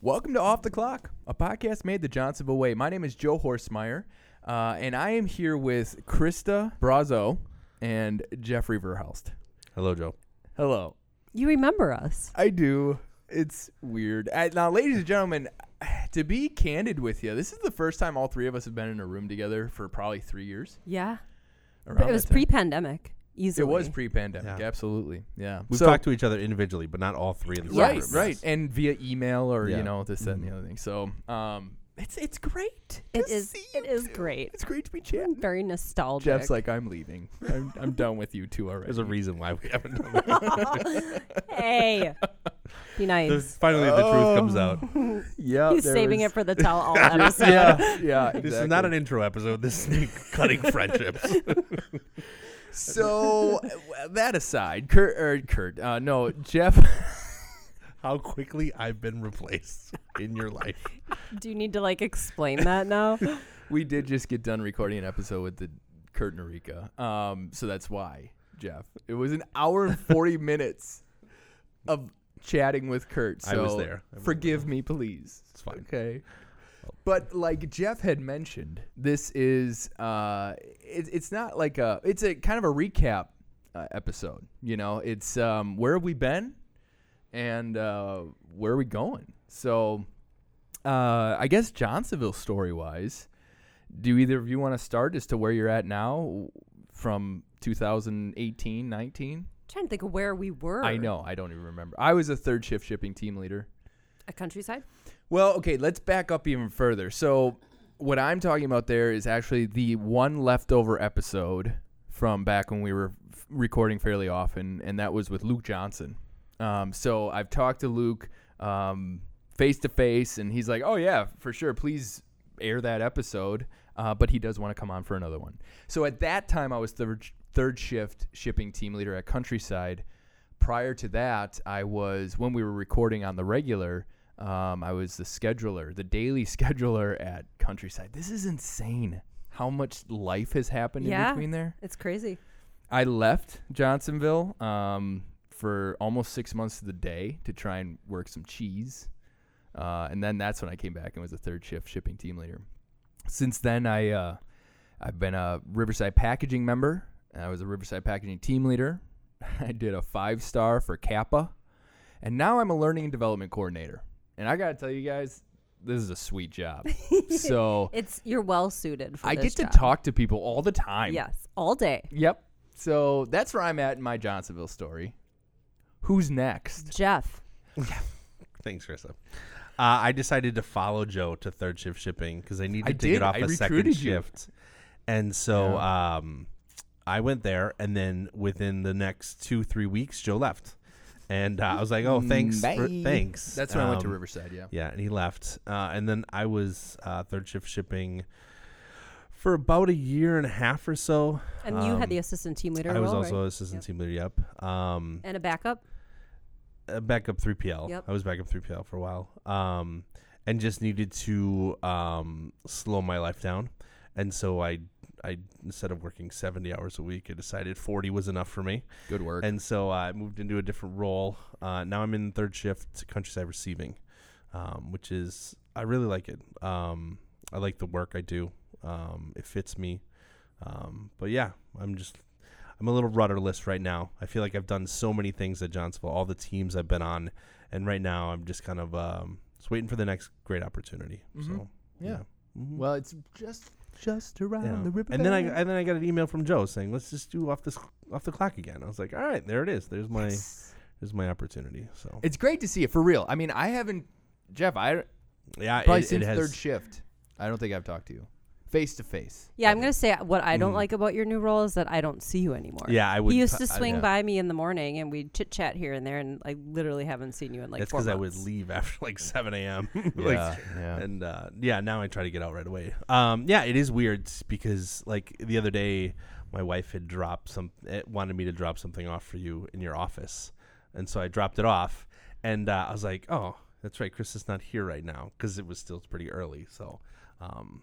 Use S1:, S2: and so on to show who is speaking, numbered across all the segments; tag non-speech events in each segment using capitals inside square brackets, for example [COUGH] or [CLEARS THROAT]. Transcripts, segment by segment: S1: Welcome to Off the Clock, a podcast made the Johnsonville way. My name is Joe Horsemeyer, uh, and I am here with Krista Brazo and Jeffrey Verhelst.
S2: Hello, Joe.
S1: Hello.
S3: You remember us.
S1: I do. It's weird. Uh, now, ladies and gentlemen, to be candid with you, this is the first time all three of us have been in a room together for probably three years.
S3: Yeah.
S1: around
S3: it was
S1: that time.
S3: pre-pandemic. Easily.
S1: It was pre-pandemic,
S2: Yeah.
S1: absolutely. Yeah,
S2: We've
S1: So-
S2: talked to each other individually, but not all three in the same
S1: right,
S3: Yes.
S2: room.
S1: right, and via email or
S2: Yeah.
S1: you know this, that, and
S2: Mhm.
S1: the other thing. So, um, it's it's great.
S3: It
S1: to
S3: is-
S1: see
S3: it
S1: you
S3: is
S1: two.
S3: great.
S1: It's great to be chatting.
S3: very nostalgic.
S1: Jeff's like, I'm leaving. I'm, I'm done with you two already.
S2: There's a reason why we haven't done that.
S3: hey, be
S2: There's-
S3: nice.
S2: Finally, the truth comes out.
S1: [LAUGHS] yeah,
S3: He's
S1: Um, there
S3: saving
S1: was-
S3: it for the
S1: [LAUGHS]
S3: tell-all episode.
S1: Yeah, yeah.
S2: This is not
S1: exactly.
S2: an intro episode. This is me
S1: [LAUGHS]
S2: cutting friendships.
S1: So uh, that aside, Kurt, er, Kurt, uh, [LAUGHS] no, Jeff.
S2: How quickly I've been replaced in your life.
S3: Do you need to like explain
S1: [LAUGHS]
S3: that now?
S1: We did just get done recording an episode with the Kurt and Eureka. Um, so that's why Jeff. It was an hour and forty minutes of chatting with Kurt. So
S2: I was there. I remember.
S1: forgive me, please.
S2: It's fine.
S1: Okay. But like Jeff had mentioned, this is uh, it, it's not like a it's a kind of a recap uh, episode. You know, it's um, where have we been, and uh, where are we going? So, uh, I guess Johnsonville story wise, do either of you want to start as to where you're at now from 2018, 19?
S3: trying to think of where we were.
S1: I know, I don't even remember. I was a third shift shipping team leader.
S3: A countryside.
S1: Well, okay, let's back up even further. So, what I'm talking about there is actually the one leftover episode from back when we were f- recording fairly often, and that was with Luke Johnson. Um, so, I've talked to Luke um, face to face, and he's like, oh, yeah, for sure. Please air that episode. Uh, but he does want to come on for another one. So, at that time, I was third, third shift shipping team leader at Countryside prior to that, I was when we were recording on the regular. Um, I was the scheduler, the daily [LAUGHS] scheduler at Countryside. This is insane. How much life has happened
S3: Yeah.
S1: in between there?
S3: It's crazy.
S1: I left Johnsonville um, for almost six months to the day to try and work some cheese. Uh, and then that's when I came back and was a third shift shipping team leader. Since then, I, uh, I've been a Riverside packaging member. and I was a Riverside packaging team leader. [LAUGHS] I did a five star for Kappa. And now I'm a learning and development coordinator. And I got to tell you guys, this is a sweet job.
S3: [LAUGHS]
S1: so
S3: It's you're well suited for.
S1: I get
S3: this
S1: to
S3: job.
S1: talk to people all the time.
S3: Yes, all day.
S1: Yep. So that's where I'm at in my Johnsonville story. Who's next?
S3: Jeff.
S2: Thanks, Krista. Uh, I decided to follow Joe to third shift shipping because I needed
S1: I
S2: to
S1: did.
S2: get off
S1: I
S2: a second
S1: recruited you.
S2: shift. And so um, I went there, and then within the next two, three weeks, Joe left. And uh, I was like, oh, thanks. for- thanks.
S1: That's when I went to
S2: Um,
S1: Riverside. Yeah.
S2: Yeah, and he left. Uh, and then I was uh, third shift shipping for about a year and a half or so.
S3: And you
S2: Um,
S3: had the assistant team leader
S2: I was
S3: role,
S2: also
S3: right?
S2: assistant
S3: Yep.
S2: team leader. Yep. Um,
S3: and a backup.
S2: uh, backup 3PL.
S3: Yep.
S2: I was backup 3PL for a while. Um, and just needed to um, slow my life down. And so I, I instead of working 70 hours a week, I decided 40 was enough for me.
S1: Good work.
S2: And so I moved into a different role. Uh, now I'm in third shift countryside receiving, um, which is I really like it. Um, I like the work I do. Um, it fits me. Um, but yeah, I'm just I'm a little rudderless right now. I feel like I've done so many things at Johnsonville, all the teams I've been on, and right now I'm just kind of um, just waiting for the next great opportunity.
S1: Mhm.
S2: So
S1: Yeah.
S2: Mhm.
S1: well, it's just just around
S2: Yeah.
S1: the river.
S2: And then I and then I got an email from Joe saying, "Let's just do off this off the clock again." I was like, "All right, there it is. There's my there's my opportunity." So
S1: it's great to see it for real. I mean, I haven't, Jeff. I
S2: yeah,
S1: probably
S2: it, it
S1: since
S2: has
S1: third shift. I don't think I've talked to you. face to face.
S3: Yeah, I'm gonna say what I don't
S2: Mm.
S3: like about your new role is that I don't see you anymore.
S2: Yeah, I would.
S3: he used
S2: t-
S3: to
S2: I-
S3: swing
S2: yeah.
S3: by me in the morning and we'd chit chat here and there, and I literally haven't seen you in like
S2: That's
S3: four
S2: because
S3: months.
S2: I would leave after like 7 a.m. [LAUGHS] like,
S1: Yeah, yeah.
S2: and uh, yeah, now I try to get out right away. Um, yeah, it is weird s- because like the other day, my wife had dropped some eh, wanted me to drop something off for you in your office, and so I dropped it off, and uh, I was like, oh, that's right, Chris is not here right now because it was still pretty early. So, um,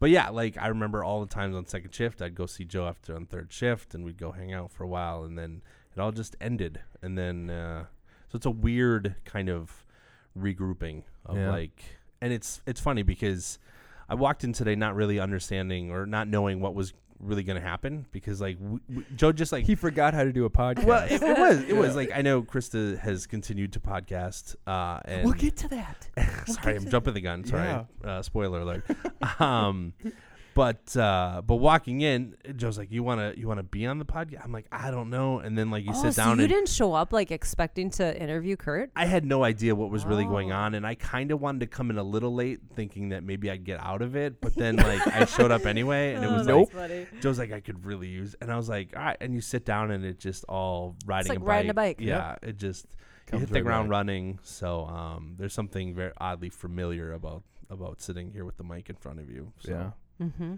S2: but yeah, like I remember all the times on second shift, I'd go see Joe after on third shift, and we'd go hang out for a while, and then it all just ended, and then uh, so it's a weird kind of regrouping of
S1: Yeah.
S2: like and it's it's funny because I walked in today not really understanding or not knowing what was really going to happen because like w- w- Joe just like
S1: He forgot how to do a podcast.
S2: [LAUGHS] well it, it was it was like I know Krista has continued to podcast uh and
S1: we'll get to that.
S2: sorry I'm jumping the gun sorry uh, spoiler alert um but uh but walking in Joe's like you want to you want to be on the podcast I'm like I don't know and then like [LAUGHS] you
S3: oh,
S2: sit
S3: so
S2: down
S3: you
S2: and
S3: didn't show up like expecting to interview Kurt?
S2: I had no idea what was really going on, and I kind of wanted to come in a little late, thinking that maybe I'd get out of it. But then, like, I showed up anyway, and it was
S3: Oh.
S1: Nope.
S2: like Joe's like, I could really use, and I was like, all right. And you sit down, and it just all riding
S3: like
S2: a bike.
S3: riding a bike.
S2: Yeah, it just you
S1: Comes
S2: hit the
S1: right
S2: ground
S1: back.
S2: running. So um, there's something very oddly familiar about about sitting here with the mic in front of you. So.
S1: Yeah.
S3: Mm-hmm.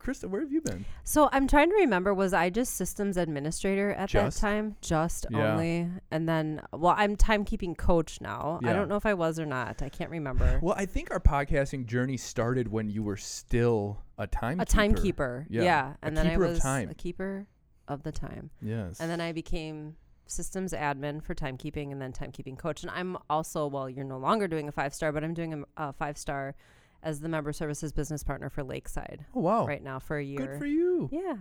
S1: Krista, where have you been?
S3: So I'm trying to remember. Was I just systems administrator at
S1: Just?
S3: that time? Just
S1: Yeah.
S3: only, and then well, I'm timekeeping coach now.
S1: Yeah.
S3: I don't know if I was or not. I can't remember.
S1: Well, I think our podcasting journey started when you were still a timekeeper.
S3: a timekeeper,
S1: Yeah.
S3: yeah.
S1: A
S3: And then I
S1: keeper of
S3: was
S1: time.
S3: a keeper of the time,
S1: Yes.
S3: and then I became systems admin for timekeeping, and then timekeeping coach. And I'm also well, you're no longer doing a five star, but I'm doing a m- a, five star as the member services business partner for Lakeside
S1: Oh wow.
S3: right now for a year.
S1: Good for you.
S3: Yeah.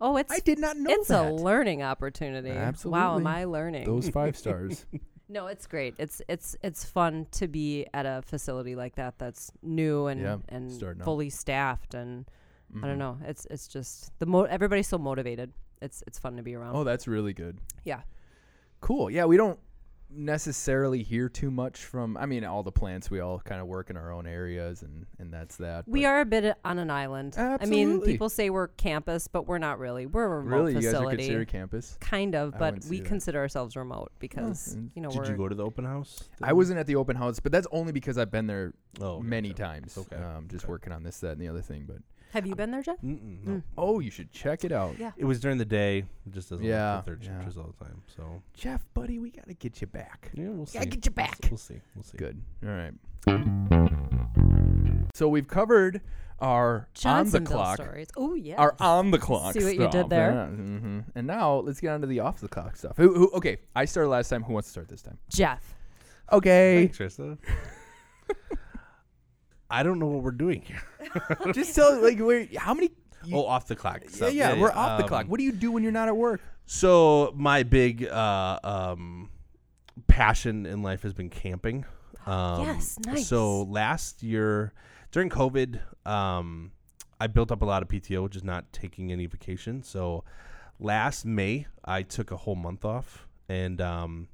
S3: Oh, it's
S1: I did not know
S3: it's
S1: that.
S3: a learning opportunity. Wow,
S1: Absolutely.
S3: am I learning?
S1: Those
S3: [LAUGHS]
S1: five stars.
S3: no, it's great. It's it's it's fun to be at a facility like that that's new and
S1: Yeah,
S3: and
S1: starting out.
S3: fully staffed and I
S1: Mhm.
S3: don't know. It's it's just the mo everybody's so motivated. It's it's fun to be around.
S1: Oh, that's really good.
S3: Yeah.
S1: Cool. Yeah, we don't necessarily hear too much from. I mean, all the plants. We all kind of work in our own areas, and and that's that.
S3: we
S1: but
S3: are a bit on an island. I mean,
S1: Absolutely.
S3: people say we're campus, but we're not really. We're a remote
S1: really. You guys are
S3: facility.
S1: considered campus.
S3: kind of,
S1: I
S3: but
S1: wouldn't see
S3: we
S1: that. Oh,
S3: consider ourselves remote because
S1: and
S3: you know
S2: Did
S3: we're
S2: you go to the open house?
S1: I wasn't at the open house, but that's only because I've been there
S2: oh, okay,
S1: many
S2: okay.
S1: times.
S2: Okay.
S1: Um, just
S2: Okay.
S1: working on this, that, and the other thing. But
S3: Have you been there, Jeff?
S2: Mm-mm, no.
S3: Mm.
S1: oh, you should check it out,
S3: Yeah.
S2: It was during the day. It just doesn't yeah,
S1: Yeah,
S2: work for third
S1: yeah.
S2: shifters all the time. So
S1: Jeff, buddy. We gotta get you back.
S2: Yeah, we'll see.
S1: Gotta get you
S2: We'll s-
S1: back.
S2: We'll see. We'll see.
S1: Good. All right. So we've covered our on the
S3: Johnsonville
S1: clock.
S3: stories. Oh yeah.
S1: are on the clock.
S3: See what you did there?
S1: hmm And now let's get on to the off the clock stuff. Who, who, okay, I started last time. Who wants to start this time?
S3: Jeff.
S1: Okay,
S2: [LAUGHS] Thanks, Trista. I don't know what we're doing here.
S1: just tell like where, how many. you-
S2: oh, off the clock.
S1: yeah,
S2: stuff.
S1: yeah, we're off the
S2: Um,
S1: clock. What do you do when you're not at work?
S2: So my big uh, um, passion in life has
S1: [GASPS]
S2: been camping. Um,
S3: Yes, nice.
S2: So last year during COVID, um, I built up a lot of PTO, which is not taking any vacation. So last May, I took a whole month off, and um,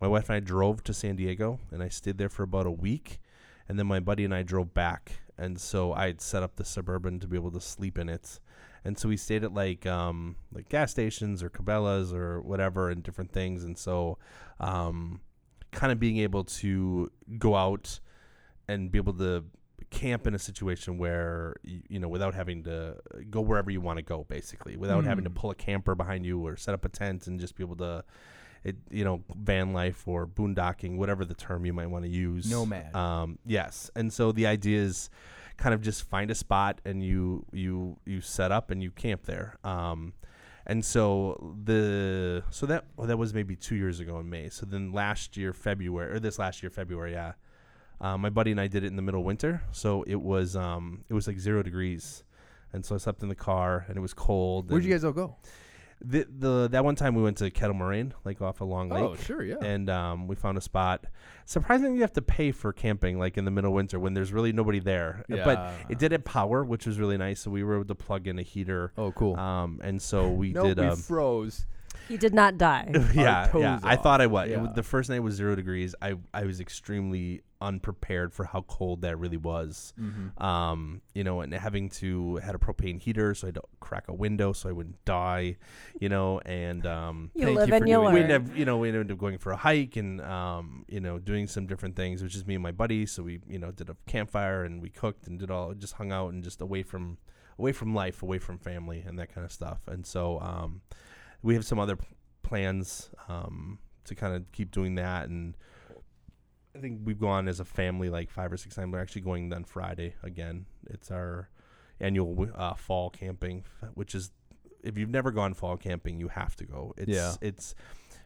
S2: my wife and I drove to San Diego, and I stayed there for about a week, and then my buddy and I drove back, and so I had set up the suburban to be able to sleep in it, and so we stayed at like um, like gas stations or Cabela's or whatever and different things, and so um, kind of being able to go out and be able to camp in a situation where y- you know without having to uh, go wherever you want to go basically without having to
S1: Mm.
S2: pull a camper behind you or set up a tent and just be able to it, you know van life or boondocking whatever the term you might want to use
S1: Nomad.
S2: um, yes and so the idea is kind of just find a spot and you you you set up and you camp there um, and so the so that well, that was maybe two years ago in May. So then last year February or this last year February, yeah, uh, my buddy and I did it in the middle of winter. So it was um it was like zero degrees, and so I slept in the car and it was cold.
S1: Where'd you
S2: and
S1: guys all go?
S2: The, the that one time we went to Kettle Moraine, like off a long lake.
S1: Oh, sure, yeah.
S2: And um, we found a spot. Surprisingly, you have to pay for camping, like in the middle of winter when there's really nobody there. Uh, But
S1: Yeah.
S2: it did have power, which was really nice. So we were able to plug in a heater.
S1: oh, cool.
S2: Um, and so we
S1: no,
S2: did.
S1: we [LAUGHS]
S2: um,
S1: froze.
S3: He did not
S1: [LAUGHS]
S3: die.
S2: [LAUGHS] yeah, yeah.
S1: toes
S2: I
S1: off.
S2: thought I was. It wa-
S1: Yeah.
S2: the first night was zero degrees. I I was extremely unprepared for how cold that really was.
S1: Mm-hmm.
S2: Um, you know, and having to had a propane heater, so I had to crack a window so I wouldn't die. You know, and um,
S3: You
S1: Thank
S3: live
S1: you for
S3: and you
S1: doing
S2: we
S1: that.
S3: learn.
S2: ended up, you know, we ended up going for a hike and, um, you know, doing some different things. It was just me and my buddy. So we, you know, did a campfire and we cooked and did all, just hung out and just away from, away from life, away from family and that kind of stuff. And so, um, we have some other p- plans, um, to kind of keep doing that. And I think we've gone as a family like five or six times. We're actually going then Friday again. It's our annual wi- uh, fall camping, which is, if you've never gone fall camping, you have to go. It's,
S1: Yeah.
S2: it's,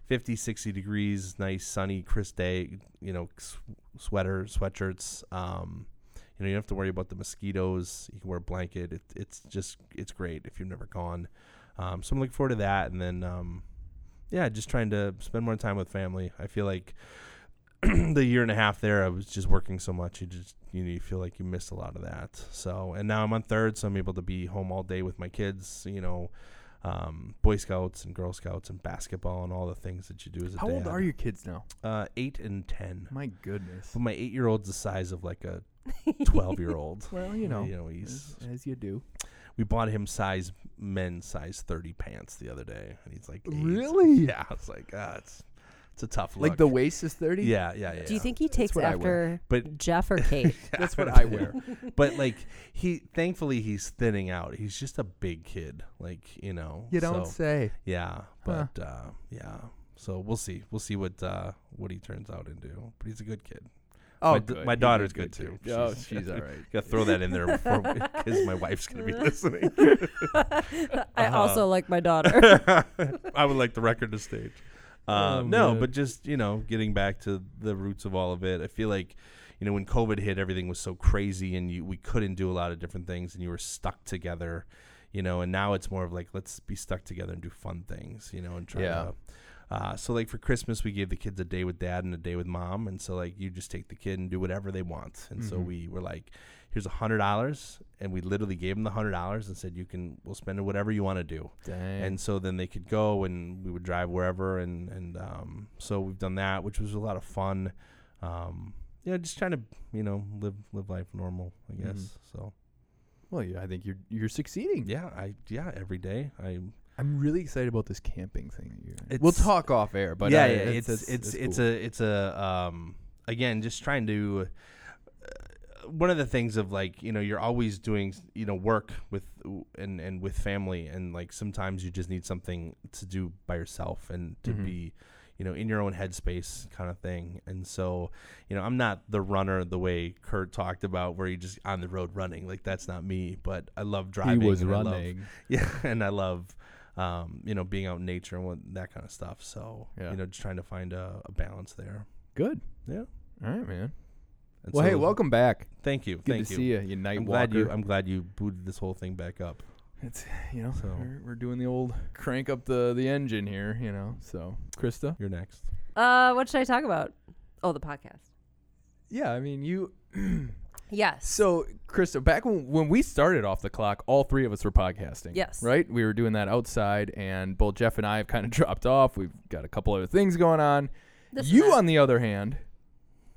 S2: 50 60 degrees nice sunny crisp day you know s- sweater sweatshirts um you know you don't have to worry about the mosquitoes you can wear a blanket it, it's just it's great if you've never gone um so i'm looking forward to that and then um yeah just trying to spend more time with family i feel like [CLEARS THROAT] the year and a half there i was just working so much you just you know you feel like you missed a lot of that so and now i'm on third so i'm able to be home all day with my kids you know um, Boy Scouts and Girl Scouts and basketball and all the things that you do as a
S1: How
S2: dad.
S1: old are your kids now?
S2: Uh, eight and ten.
S1: My goodness.
S2: But my eight-year-old's the size of
S1: [LAUGHS]
S2: like a twelve-year-old.
S1: Well, you know,
S2: you know, he's.
S1: as, as you do.
S2: We bought him size men's size thirty pants the other day, and he's like, eight.
S1: Really?
S2: [LAUGHS] Yeah, I was like, ah, it's it's a tough look.
S1: Like the waist is thirty.
S2: Yeah, yeah, yeah.
S3: Do you think he takes
S1: what I
S3: after
S1: wear.
S2: But- [LAUGHS]
S3: Jeff or Kate?
S1: [LAUGHS] That's what I wear.
S2: but like he, thankfully, he's thinning out. He's just a big kid. Like you know,
S1: You don't
S2: so-
S1: say.
S2: Yeah,
S1: Huh.
S2: but uh, yeah. So we'll see. We'll see what uh, what he turns out into. But he's a good kid.
S1: Oh,
S2: My d-
S1: good.
S2: my
S1: He's a
S2: daughter's good too.
S1: Oh,
S2: She's- [LAUGHS]
S1: she's all right.
S2: Gotta throw that in there before because my wife's gonna [LAUGHS] be listening.
S3: I
S2: Uh-huh.
S3: also like
S1: [LAUGHS]
S3: my daughter.
S2: I would like the record to stage. Uh,
S1: Oh,
S2: no,
S1: man.
S2: but just you know, getting back to the roots of all of it. I feel like you know when COVID hit, everything was so crazy, and you we couldn't do a lot of different things, and you were stuck together. You know, and now it's more of like let's be stuck together and do fun things. You know, and try
S1: Yeah.
S2: to. Uh, so like for Christmas, we gave the kids a day with dad and a day with mom, and so like you just take the kid and do whatever they want. And so
S1: Mhm.
S2: we were like, here's a hundred dollars, and we literally gave them the hundred dollars and said you can we'll spend it whatever you want to do
S1: Dang.
S2: and so then they could go and we would drive wherever and and um, so we've done that which was a lot of fun um, yeah just trying to you know live live life normal i guess
S1: Mhm.
S2: so
S1: well, yeah, I think you're you're succeeding.
S2: yeah i yeah every day i
S1: I'm really excited about this camping thing. That you're we'll
S2: It's-
S1: talk off air, but uh,
S2: yeah,
S1: I-
S2: yeah
S1: that's-
S2: it's
S1: that's-
S2: it's
S1: that's
S2: it's
S1: cool.
S2: a it's a um, again just trying to uh, one of the things of like you know you're always doing you know work with and and with family and like sometimes you just need something to do by yourself and to
S1: Mhm.
S2: be you know in your own headspace kind of thing and so you know i'm not the runner the way kurt talked about where you just on the road running like that's not me but i love driving
S1: he was
S2: and I love-
S1: running.
S2: [LAUGHS] yeah and i love um, you know being out in nature and what, that kind of stuff so
S1: Yeah.
S2: you know just trying to find a, a balance there
S1: Good.
S2: Yeah.
S1: All right, man.
S2: And
S1: Well,
S2: so
S1: hey,
S2: those-
S1: welcome back.
S2: thank you
S1: Good
S2: thank
S1: to
S2: you
S1: see you. You night
S2: I'm
S1: walker.
S2: glad you. I'm glad you booted this whole thing back up.
S1: It's you know
S2: So.
S1: we're, we're doing the old crank up the the engine here, you know. So Krista,
S2: You're next.
S3: uh, what should I talk about? Oh, the podcast.
S1: yeah, I mean you. [CLEARS THROAT]
S3: Yes.
S1: So Krista, back when when we started off the clock, all three of us were podcasting.
S3: Yes.
S1: right. We were doing that outside, and both Jeff and I have kind of [LAUGHS] dropped off. We've got a couple other things going on.
S3: This and
S1: you,
S3: that.
S1: on the other hand,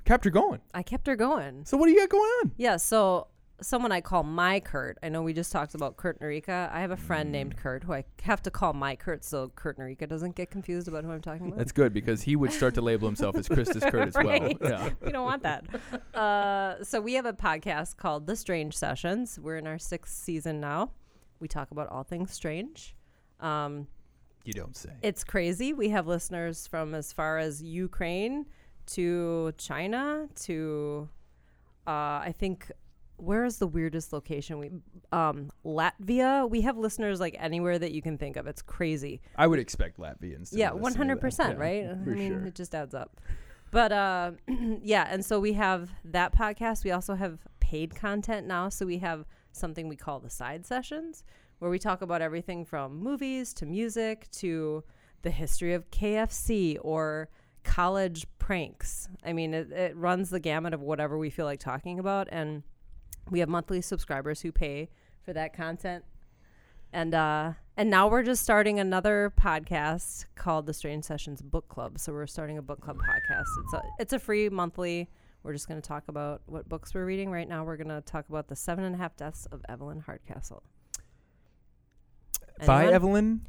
S1: kept her going.
S3: I kept her going.
S1: So what do you got going on?
S3: Yeah. So someone I call my Kurt. I know we just talked about Kurt and Erika. I have a friend named Kurt who I have to call my Kurt so Kurt and Erika doesn't get confused about who I'm talking about.
S1: That's good because he would start to label himself as
S3: [LAUGHS]
S1: Krista's Kurt as well.
S3: Right.
S1: Yeah.
S3: we don't want that. Uh, so we have a podcast called The Strange Sessions. We're in our sixth season now. We talk about all things strange. Um,
S1: [LAUGHS] You don't say.
S3: it's crazy. We have listeners from as far as Ukraine to China to uh, I think where is the weirdest location we um, Latvia. We have listeners like anywhere that you can think of. It's crazy.
S1: I would expect Latvians. To
S3: yeah,
S1: listen to
S3: one hundred percent.
S1: that. Yeah, [LAUGHS]
S3: Right?
S1: For
S3: I mean,
S1: sure.
S3: it just adds up. But uh, [CLEARS THROAT] yeah, and so we have that podcast. We also have paid content now. So we have something we call the side sessions, where we talk about everything from movies to music to the history of KFC or college pranks. I mean, it, it runs the gamut of whatever we feel like talking about. And we have monthly subscribers who pay for that content. And uh, and now we're just starting another podcast called the Strange Sessions Book Club. So we're starting a book club podcast. It's a it's a free monthly. We're just going to talk about what books we're reading right now. We're going to talk about the Seven and a Half Deaths of Evelyn Hardcastle.
S1: By
S3: Anyone?
S1: Evelyn?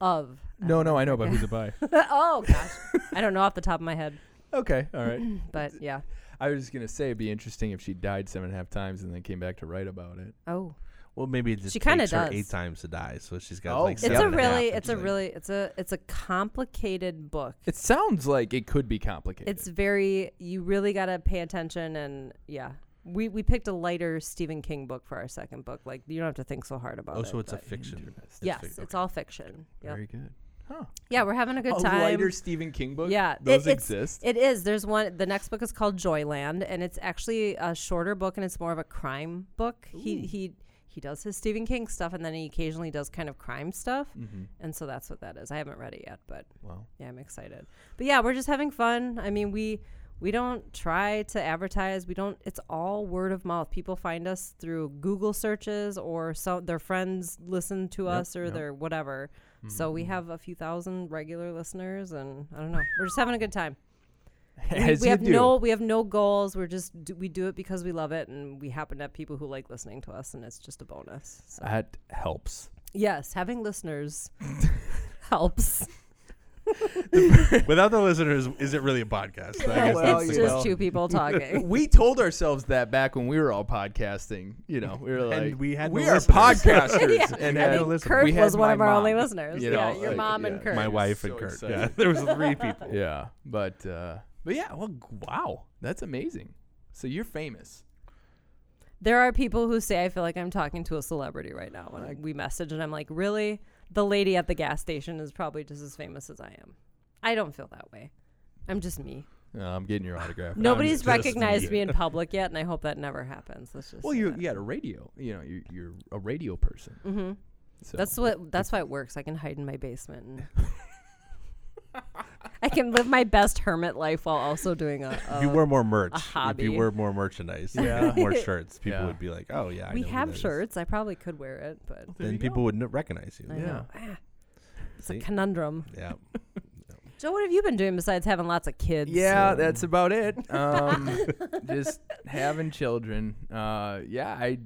S3: of.
S1: No, no, I know, but
S3: about
S1: who's it by?
S3: [LAUGHS] oh gosh, I don't know off the top of my head,
S1: [LAUGHS] okay, all right.
S3: [CLEARS THROAT] but yeah.
S1: I was just gonna say it'd be interesting if she died seven and a half times and then came back to write about it.
S3: Oh,
S2: Well, maybe it just
S3: She kinda
S2: takes her
S3: does.
S2: eight times to die, so she's got
S1: Oh,
S2: like.
S1: It's
S3: it's
S2: seven
S3: a
S2: and half
S3: really,
S2: or
S3: it's a
S2: something.
S3: really, it's a, it's a complicated book.
S1: It sounds like it could be complicated.
S3: It's very, you really got to pay attention, and yeah, we we picked a lighter Stephen King book for our second book. Like you don't have to think so hard about
S2: Oh,
S3: it.
S2: so it's a
S3: but-
S2: fiction.
S1: Interesting.
S3: Yes,
S2: fic-
S3: it's all fiction. Yep.
S1: Very good. Huh.
S3: Yeah, we're having a good
S1: a
S3: time.
S1: lighter Stephen King book.
S3: Yeah, it-
S1: those
S3: it's-
S1: exist.
S3: It is. There's one. The next book is called Joyland, and it's actually a shorter book, and it's more of a crime book. He he he does his Stephen King stuff, and then he occasionally does kind of crime stuff,
S1: mm-hmm.
S3: and so that's what that is. I haven't read it yet, but
S1: Wow.
S3: yeah, I'm excited. But yeah, we're just having fun. I mean, we we don't try to advertise. We don't. It's all word of mouth. People find us through Google searches, or so their friends listen to
S1: Yep,
S3: us, or
S1: yep. Mm-hmm.
S3: their whatever. So we have a few thousand regular listeners, and I don't know. We're just having a good
S1: [LAUGHS]
S3: time we,
S1: As
S3: we
S1: you
S3: have
S1: do.
S3: no we have no goals we're just do, we do it because we love it and we happen to have people who like listening to us and it's just a bonus so.
S1: that helps.
S3: yes
S1: [LAUGHS]
S3: having listeners [LAUGHS] helps
S2: [LAUGHS] Without the listeners, is it really a podcast? I guess
S1: Well,
S2: that's
S3: it's
S2: the
S1: you
S3: just
S1: know.
S3: two
S2: [LAUGHS]
S3: people
S1: [LAUGHS]
S3: talking
S1: We told ourselves that back when we were all podcasting. You know, we were like,
S2: And we had no
S1: we are
S2: listeners."
S1: podcasters,
S3: [LAUGHS] Yeah.
S1: and
S2: We
S1: had
S2: had
S1: no
S2: no
S1: listeners.
S2: listeners.
S1: [LAUGHS]
S3: Kurt
S1: We
S3: was
S1: had
S3: one
S1: my
S3: of our
S1: mom,
S3: only listeners.
S1: you
S3: yeah,
S1: know,
S3: your
S1: like,
S3: mom and
S1: yeah.
S3: Kurt.
S2: My wife
S1: So
S2: and Kurt. Yeah,
S1: excited.
S2: [LAUGHS] there was
S3: [LAUGHS]
S2: three people.
S1: [LAUGHS] Yeah, but uh, but yeah, well, g- wow, that's amazing. So you're famous.
S3: There are people who say I feel like I'm talking to a celebrity right now when
S1: Like-
S3: we message, and I'm like, really? The lady at the gas station is probably just as famous as I am. I don't feel that way. I'm just me.
S1: No, I'm getting your autograph.
S3: Nobody's
S2: [LAUGHS] just
S3: recognized
S2: me.
S3: me in public yet, and I hope that never happens. Let's just
S1: Well,
S3: say
S1: you
S3: that.
S1: you got a radio. You know, you're, you're a radio person.
S3: Mm-hmm.
S1: So.
S3: That's what. That's why it works. I can hide in my basement. And
S2: [LAUGHS]
S3: I can live my best hermit life while also doing a.
S2: If you
S3: a-
S2: wear more merch, if
S3: hobby.
S2: you wear more merchandise,
S1: Yeah.
S2: [LAUGHS]
S3: [LAUGHS]
S2: more shirts, people
S1: Yeah.
S2: would be like, "Oh yeah, I
S3: we
S2: know who that
S3: have
S2: is."
S3: shirts. I probably could wear it, but
S1: There you
S2: Then
S1: go.
S2: people would n- recognize you.
S3: I
S1: Yeah.
S3: know. Ah, it's
S2: See?
S3: a conundrum.
S2: Yeah,
S3: [LAUGHS] Joe, what have you been doing besides having lots of kids?
S1: Yeah,
S2: So-
S1: that's about it. Um, just having children. Uh, yeah, I,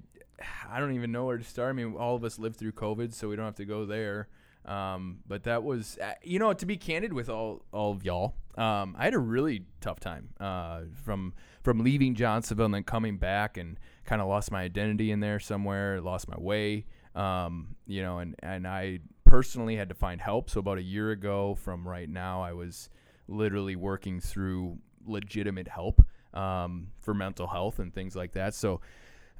S1: I don't even know where to start. I mean, all of us lived through COVID, so we don't have to go there. Um, but that was, uh, you know, to be candid with all all of y'all, um, I had a really tough time uh, from from leaving Johnsonville and then coming back and kind of lost my identity in there somewhere, lost my way. Um, you know, and and I personally had to find help. So about a year ago from right now, I was literally working through legitimate help um, for mental health and things like that. So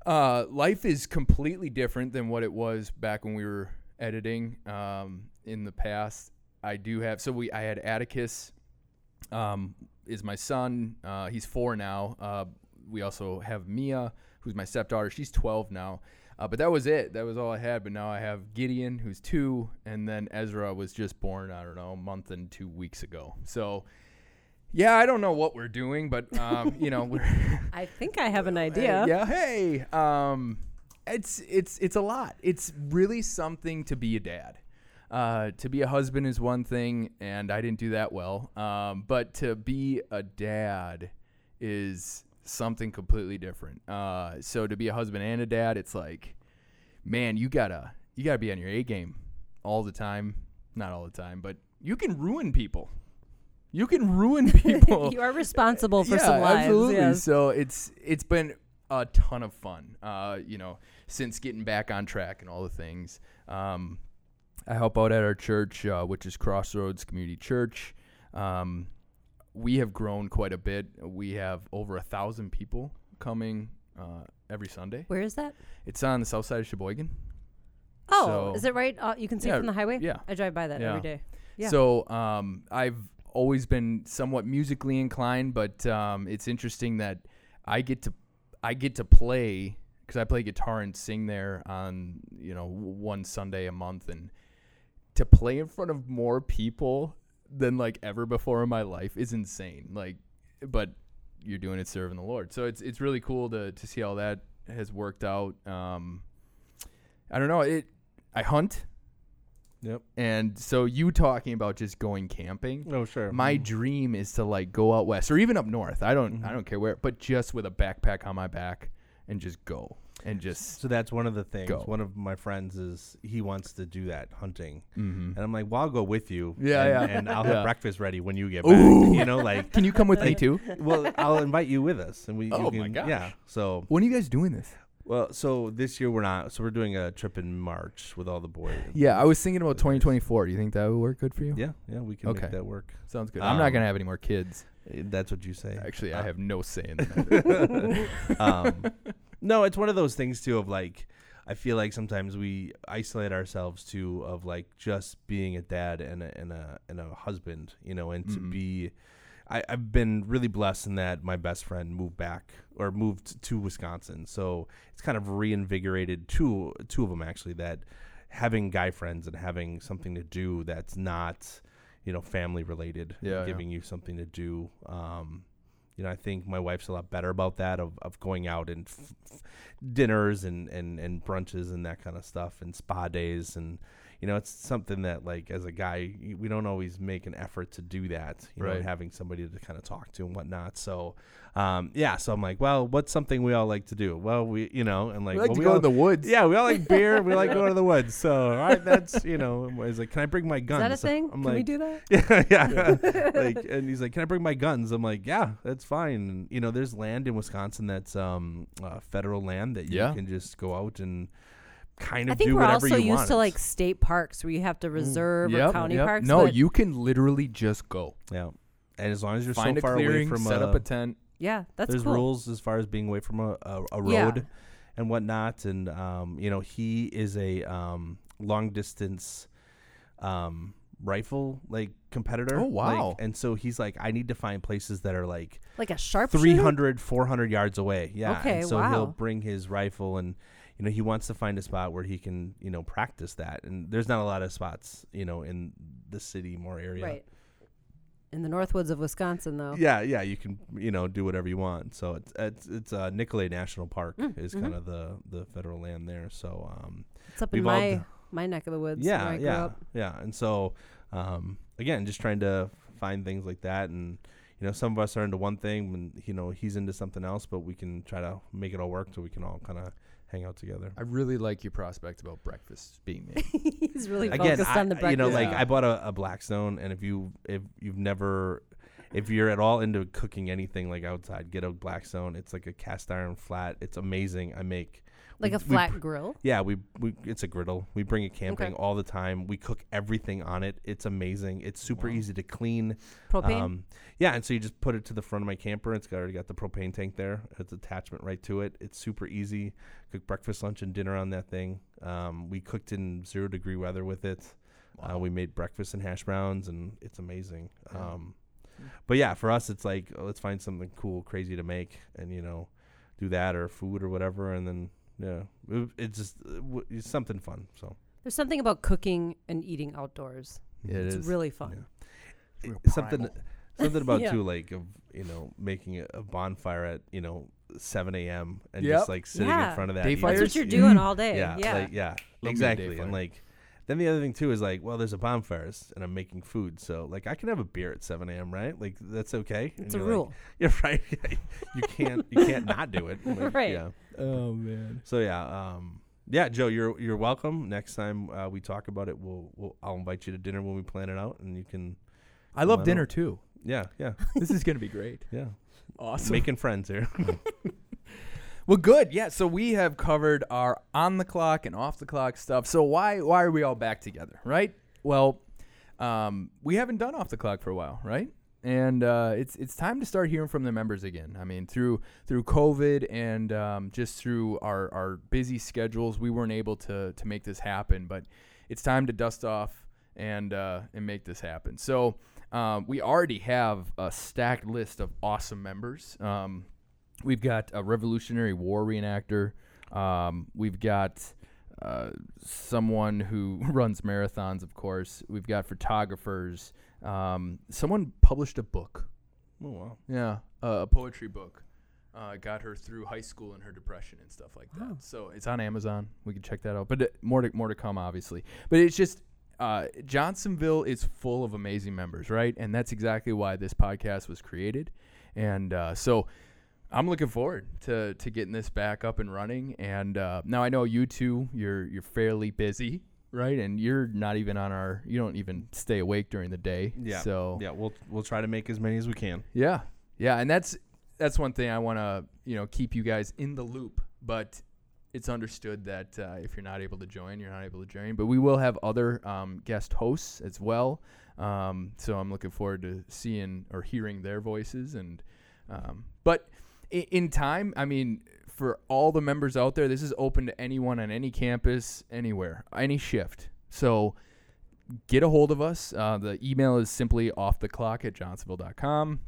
S1: uh, life is completely different than what it was back when we were editing um, in the past. I do have so we I had Atticus um, is my son. Uh, he's four now. Uh, we also have Mia, who's my stepdaughter. She's 12 now. Uh, but that was it. That was all I had. But now I have Gideon, who's two, and then Ezra was just born. I don't know, a month and two weeks ago. So, yeah, I don't know what we're doing, but um, you know, we're [LAUGHS]
S3: I think I have an
S1: Hey,
S3: idea.
S1: yeah. Hey. Um, it's it's it's a lot. It's really something to be a dad. Uh, to be a husband is one thing, and I didn't do that well. Um, but to be a dad is something completely different. Uh, so to be a husband and a dad, it's like, man, you gotta you gotta be on your A game all the time. Not all the time, but you can ruin people. You can
S3: [LAUGHS]
S1: ruin people
S3: [LAUGHS] You are responsible for some lives.
S1: absolutely.
S3: yes.
S1: So it's it's been a ton of fun. Uh, you know, since getting back on track and all the things. Um, I help out at our church, uh, which is Crossroads Community Church. Um, we have grown quite a bit. We have over a thousand people coming uh, every Sunday.
S3: Where is that?
S1: It's on the south side of Sheboygan.
S3: Oh,
S1: So-
S3: is it right? Uh, you can see
S1: Yeah,
S3: it from the highway.
S1: yeah.
S3: I drive by that
S1: Yeah.
S3: every day. Yeah.
S1: So um, I've always been somewhat musically inclined, but um, it's interesting that I get to I get to play because I play guitar and sing there on you know w- one Sunday a month, and to play in front of more people than like ever before in my life is insane. Like, but you're doing it serving the Lord, so it's it's really cool to to see how that has worked out. Um, I don't know it. I hunt.
S2: Yep.
S1: And so you talking about just going camping?
S2: Oh, sure.
S1: My dream is to like go out west or even up north. I don't I
S2: Mhm.
S1: don't care where, but just with a backpack on my back and just go and just
S2: [LAUGHS] So that's one of the things.
S1: Go.
S2: One of my friends is he wants to do that hunting,
S1: mhm.
S2: and I'm like, "Well, I'll go with you.
S1: Yeah,
S2: and,
S1: yeah.
S2: And I'll
S1: Yeah.
S2: have breakfast ready when you get back.
S1: Ooh.
S2: You know, like,
S1: Can you come with [LAUGHS] me too?
S2: well, I'll invite you with us, and we. you
S1: Oh, my
S2: can-
S1: gosh.
S2: Yeah. So
S1: When are you guys doing this?
S2: well, so this year we're not. So we're doing a trip in March with all the boys.
S1: Yeah, I was thinking about 2024. Do you think that would work good for you?
S2: Yeah, yeah, we can
S1: Okay.
S2: make that work.
S1: Sounds good. I'm not
S2: Um,
S1: going to have any more kids.
S2: Eh, That's what you say.
S1: Actually, I
S2: uh,
S1: have no say [LAUGHS] in that.
S2: [LAUGHS] um, no, it's one of those things too of like I feel like sometimes we isolate ourselves too of like just being a dad and a and a and a husband, you know, and to
S1: Mhm.
S2: be I, I've been really blessed in that my best friend moved back or moved to Wisconsin. So it's kind of reinvigorated two two of them actually that having guy friends and having something to do that's not you know family related
S1: Yeah, yeah.
S2: giving you something to do um you know i think my wife's a lot better about that of, of going out and f- f- dinners and, and and brunches and that kind of stuff and spa days and you know it's something that like as a guy y- we don't always make an effort to do that you know
S1: Right.
S2: and having somebody to kind of talk to and whatnot so um yeah so i'm like well what's something we all like to do well we you know and like
S1: we like
S2: well,
S1: to
S2: we
S1: go
S2: all-
S1: to the woods.
S2: [LAUGHS] yeah, we all like beer. We like going to the woods. So,
S1: [LAUGHS]
S2: all right, that's you know. He's like, "Can I bring my
S3: Is
S2: guns?"
S3: that a thing? Can
S2: I'm like,
S3: we do that?
S2: [LAUGHS] yeah,
S3: [LAUGHS]
S2: yeah. like, and he's like, "Can I bring my guns?" I'm like, "Yeah, that's fine." And, you know, there's land in Wisconsin that's um uh, federal land that you
S1: Yeah.
S2: can just go out and kind
S3: I
S2: of
S3: think
S2: do
S3: we're
S2: whatever
S3: also
S2: you
S3: used
S2: want. Mm.
S3: to like state parks where you have to reserve or
S1: Yep,
S3: county
S1: yep.
S3: parks.
S1: No,
S3: but-
S1: you can literally just go.
S2: yeah. And as long as you're
S1: Find
S2: so
S1: a
S2: far
S1: clearing,
S2: away from uh,
S1: set
S2: a,
S1: up a tent.
S3: yeah, that's
S2: there's
S3: cool.
S2: rules as far as being away from a, a, a road
S3: Yeah.
S2: and whatnot. And um, you know, he is a um, long distance um, rifle like competitor.
S1: Oh,
S2: Like,
S1: wow.
S2: and so he's like, I need to find places that are like
S3: Like a sharp
S2: 300, 400 yards away. Yeah.
S3: Okay,
S2: and so
S3: wow.
S2: he'll bring his rifle and. You know, he wants to find a spot where he can, you know, practice that. And there's not a lot of spots, you know, in the city more area.
S3: Right. In the Northwoods of Wisconsin, though.
S2: Yeah, yeah, you can you know do whatever you want. So it's it's it's uh, Nicolay National Park
S3: Mm,
S2: is
S3: mhm.
S2: kind of the the federal land there. So um,
S3: It's up in
S2: We've all
S3: my
S2: d-
S3: my neck of the woods. where
S2: yeah,
S3: I grew
S2: yeah,
S3: up. [LAUGHS]
S2: yeah. And so um, again, just trying to find things like that, and you know, some of us are into one thing, and you know, he's into something else, but we can try to make it all work so we can all kind of hang out together.
S1: I really like your prospect about breakfast being [LAUGHS] made.
S3: He's really
S2: Again,
S3: focused
S2: I-
S3: on the
S2: you
S3: breakfast.
S2: know, like
S1: Yeah.
S2: I bought a, a Blackstone, and if you if you've never if you're at all into cooking anything like outside, get a Blackstone. It's like a cast iron flat. It's amazing. I make
S3: like
S2: we-
S3: a
S2: we
S3: flat
S2: pr- Uh,
S3: grill.
S2: yeah, we, we it's a griddle. We bring it
S3: Okay.
S2: camping all the time. We cook everything on it. It's amazing. It's super
S1: Wow.
S2: easy to clean.
S3: Propane.
S2: Um, yeah, and so you just put it to the front of my camper. It's got, already got the propane tank there. It's attachment right to it. It's super easy. Cook breakfast, lunch, and dinner on that thing. Um, we cooked in zero degree weather with it. Uh, we made breakfast and hash browns, and it's amazing.
S1: Yeah. Mm.
S2: Um, but yeah, for us, it's like oh, let's find something cool, crazy to make, and you know, do that or food or whatever, and then yeah, it, it's just uh, w- it's something fun. So
S3: There's something about cooking and eating outdoors.
S1: It
S3: It's
S1: is.
S3: really fun.
S2: Yeah.
S1: It's real
S2: It- something
S1: primal.
S2: [LAUGHS]
S1: [LAUGHS]
S2: something about
S3: Yeah.
S2: too like of you know making a, a bonfire at you know 7 a.m. and
S1: Yep.
S2: just like sitting
S3: Yeah.
S2: in front of that.
S1: Day
S2: eating
S3: That's
S1: fires?
S3: what you're
S2: it.
S3: doing
S1: Mm.
S3: all day.
S2: Yeah,
S3: Yeah.
S2: like yeah,
S1: Love me a day
S2: exactly. And
S1: fire.
S2: like, then the other thing too is like, well, there's a bonfires, and I'm making food, so like I can have a beer at 7 a.m. Right? Like that's okay. And
S3: it's a
S2: you're like,
S3: rule.
S2: [LAUGHS] yeah, right. you can't you can't not do it.
S3: [LAUGHS]
S2: Like,
S3: Right.
S2: Yeah.
S1: Oh man.
S2: So yeah, um, yeah, Joe, you're you're welcome. Next time uh, we talk about it, we'll, we'll I'll invite you to dinner when we plan it out, and you can.
S1: I love
S2: Well,
S1: dinner [LAUGHS] too.
S2: Yeah, yeah,
S1: This is going to be great.
S2: yeah.
S1: [LAUGHS] Awesome.
S2: Making friends here. [LAUGHS]
S1: well, good. Yeah, so we have covered our on the clock and off the clock stuff. So why why are we all back together, right? Well, um, we haven't done off the clock for a while, right? And uh, it's it's time to start hearing from the members again. I mean, through through COVID and um, just through our, our busy schedules, we weren't able to to make this happen. But it's time to dust off and uh, and make this happen. So um, we already have a stacked list of awesome members. Um, we've got a Revolutionary War reenactor. Um, we've got uh, someone who [LAUGHS] runs marathons, of course. We've got photographers. Um, someone published a book.
S2: oh wow.
S1: Yeah, uh, a poetry book. Uh, got her through high school and her depression and stuff like that. So it's on Amazon. We can check that out. But uh, more to more to come, obviously. But it's just uh, Johnsonville is full of amazing members, right? And that's exactly why this podcast was created. And uh, so I'm looking forward to, to getting this back up and running. And uh, now I know you two, you're you're fairly busy, right? And you're not even on our, you don't even stay awake during the day.
S2: Yeah.
S1: So
S2: Yeah, we'll we'll try to make as many as
S1: [LAUGHS]
S2: we can.
S1: yeah. Yeah, and that's that's one thing I want to, you know, keep you guys in the loop, but it's understood that uh, if you're not able to join, you're not able to join, but we will have other um, guest hosts as well. Um, so I'm looking forward to seeing or hearing their voices and um, but in, in time, I mean, for all the members out there, this is open to anyone on any campus, anywhere, any shift. So get a hold of us. Uh, the email is simply off the clock at johnsonville.com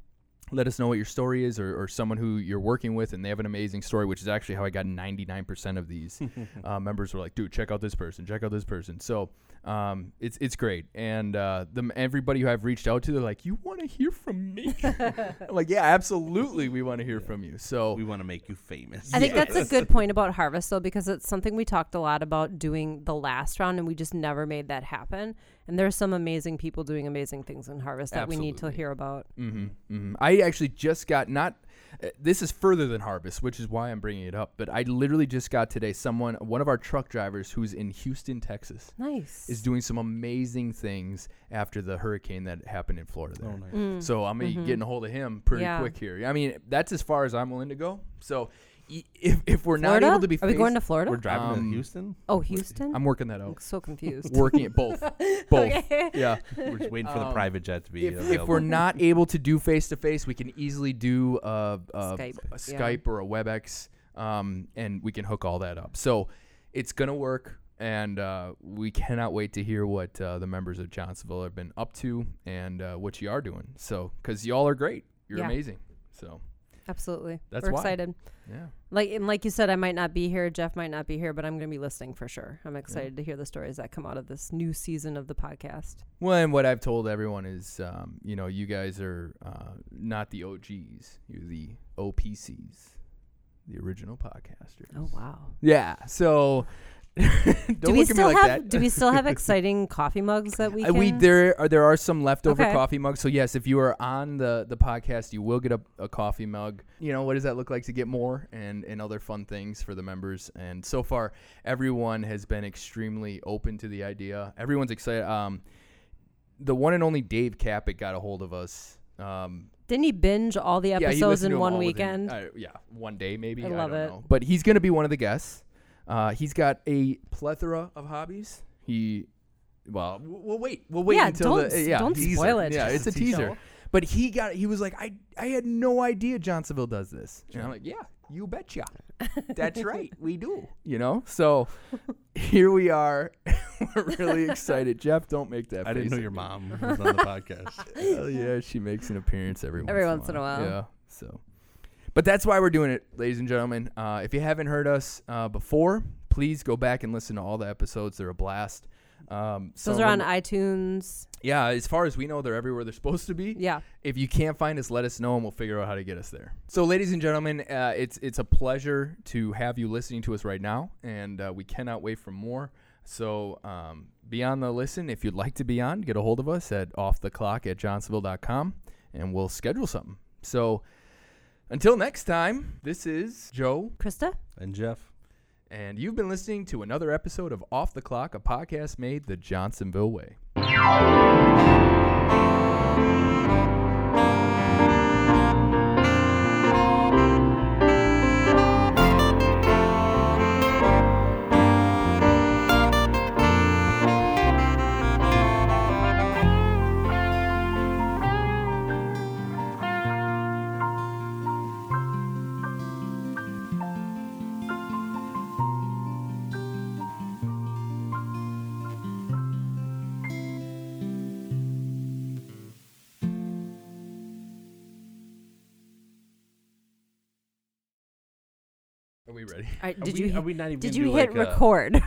S1: let us know what your story is or, or someone who you're working with and they have an amazing story which is actually how i got 99% of these uh, members were like dude check out this person check out this person so um, it's it's great and uh, the, everybody who i've reached out to they're like you want to hear from me i'm like yeah absolutely we want to hear from you so
S2: We want to make you famous.
S3: I think that's a good point about harvest though, because it's something we talked a lot about doing the last round, and we just never made that happen. And there's some amazing people doing amazing things in harvest that we need to
S1: Absolutely.
S3: hear about.
S1: hmm hmm I actually just got not. uh, This is further than harvest, which is why I'm bringing it up. But I literally just got today someone, one of our truck drivers who's in Houston, Texas,
S3: Nice.
S1: is doing some amazing things after the hurricane that happened in Florida. There.
S2: Oh, nice.
S1: So I'm gonna be getting a hold of him pretty
S3: Mm. Mm-hmm. Yeah.
S1: quick here. I mean, that's as far as I'm willing to go. So y- if, if we're not able
S3: Florida?
S1: to be,
S3: Are we going to
S1: faced-
S3: Florida?
S2: We're driving
S1: Um,
S2: to Houston.
S3: oh, Houston.
S1: I'm working that out.
S3: so
S1: [LAUGHS]
S3: [LAUGHS] confused.
S1: working it both, both.
S3: Okay.
S1: Yeah.
S2: We're just waiting for the private jet to be
S1: Um, if, if
S2: available.
S1: we're not able to do face to face, we can easily do uh, uh,
S3: Skype,
S1: a
S3: yeah.
S1: Skype or a WebEx, um, and we can hook all that up. So it's gonna work, and uh, we cannot wait to hear what uh, the members of Johnsonville have been up to and uh, what you are doing. So because y'all are great, you're
S3: Yeah.
S1: amazing. So
S3: Absolutely.
S1: That's
S3: We're
S1: why.
S3: excited.
S1: yeah,
S3: Like and like you said, I might not be here. Jeff might not be here, but I'm going to be listening for sure. I'm excited to hear the stories that come out of this new season of the podcast.
S1: well, and what I've told everyone is, um, you know, you guys are uh, not the OGs, you're the OPCs, the original podcasters.
S3: Oh wow!
S1: Yeah. So [LAUGHS] don't
S3: do we
S1: look at me
S3: still
S1: like
S3: have
S1: that.
S3: Do we still
S1: [LAUGHS]
S3: have exciting coffee mugs that we
S1: Uh,
S3: can?
S1: we there are there are some leftover
S3: Okay.
S1: coffee mugs. So yes, if you are on the the podcast, you will get a, a coffee mug. You know what does that look like to get more and and other fun things for the members. And so far, everyone has been extremely open to the idea. Everyone's excited. Um, the one and only Dave Caput got a hold of us. Um,
S3: Didn't he binge all the
S1: yeah, he
S3: episodes
S1: listened to
S3: in
S1: 'em
S3: one
S1: all within-
S3: weekend?
S1: uh, yeah, one day maybe.
S3: I
S1: I,
S3: love
S1: don't
S3: it.
S1: Know. But he's going to be one of the guests. Uh, he's got a plethora of hobbies. He, well, w- we'll wait. We'll wait
S3: Yeah,
S1: until
S3: don't
S1: the
S3: s-
S1: yeah.
S3: don't
S1: teaser.
S3: spoil it.
S1: Yeah,
S3: Just
S1: it's a
S3: a teaser.
S1: teaser. But he got. He was like, I, I had no idea Johnsonville does this. And I'm like, yeah, you
S3: [LAUGHS]
S1: betcha. That's right, we do. You know, so here we are. [LAUGHS] We're really excited. Jeff, don't make that.
S2: I didn't
S1: face
S2: know
S1: at
S2: your
S1: me.
S2: mom was on the podcast.
S1: Hell Oh, yeah, she makes an appearance every once
S3: Every
S1: in
S3: once in a while.
S1: Yeah, so. But that's why we're doing it, ladies and gentlemen. Uh, if you haven't heard us uh, before, please go back and listen to all the episodes. They're a blast. Um, some
S3: Those
S1: of
S3: are on
S1: them-
S3: iTunes.
S1: yeah, as far as we know, they're everywhere they're supposed to be.
S3: Yeah.
S1: If you can't find us, let us know, and we'll figure out how to get us there. So, ladies and gentlemen, uh, it's it's a pleasure to have you listening to us right now, and uh, we cannot wait for more. So, um, be on the listen. If you'd like to be on, get a hold of us at offtheclock at johnsonville.com, and we'll schedule something. So, until next time, this is Joe,
S3: Krista.
S2: And Jeff.
S1: and you've been listening to another episode of Off the Clock, a podcast made the Johnsonville way. Are we ready?
S3: All right,
S2: Are
S3: did
S2: we-
S3: you
S2: are we not even
S3: did
S2: gonna
S3: you
S2: do
S3: hit
S2: like
S1: uh,
S2: a-
S3: record?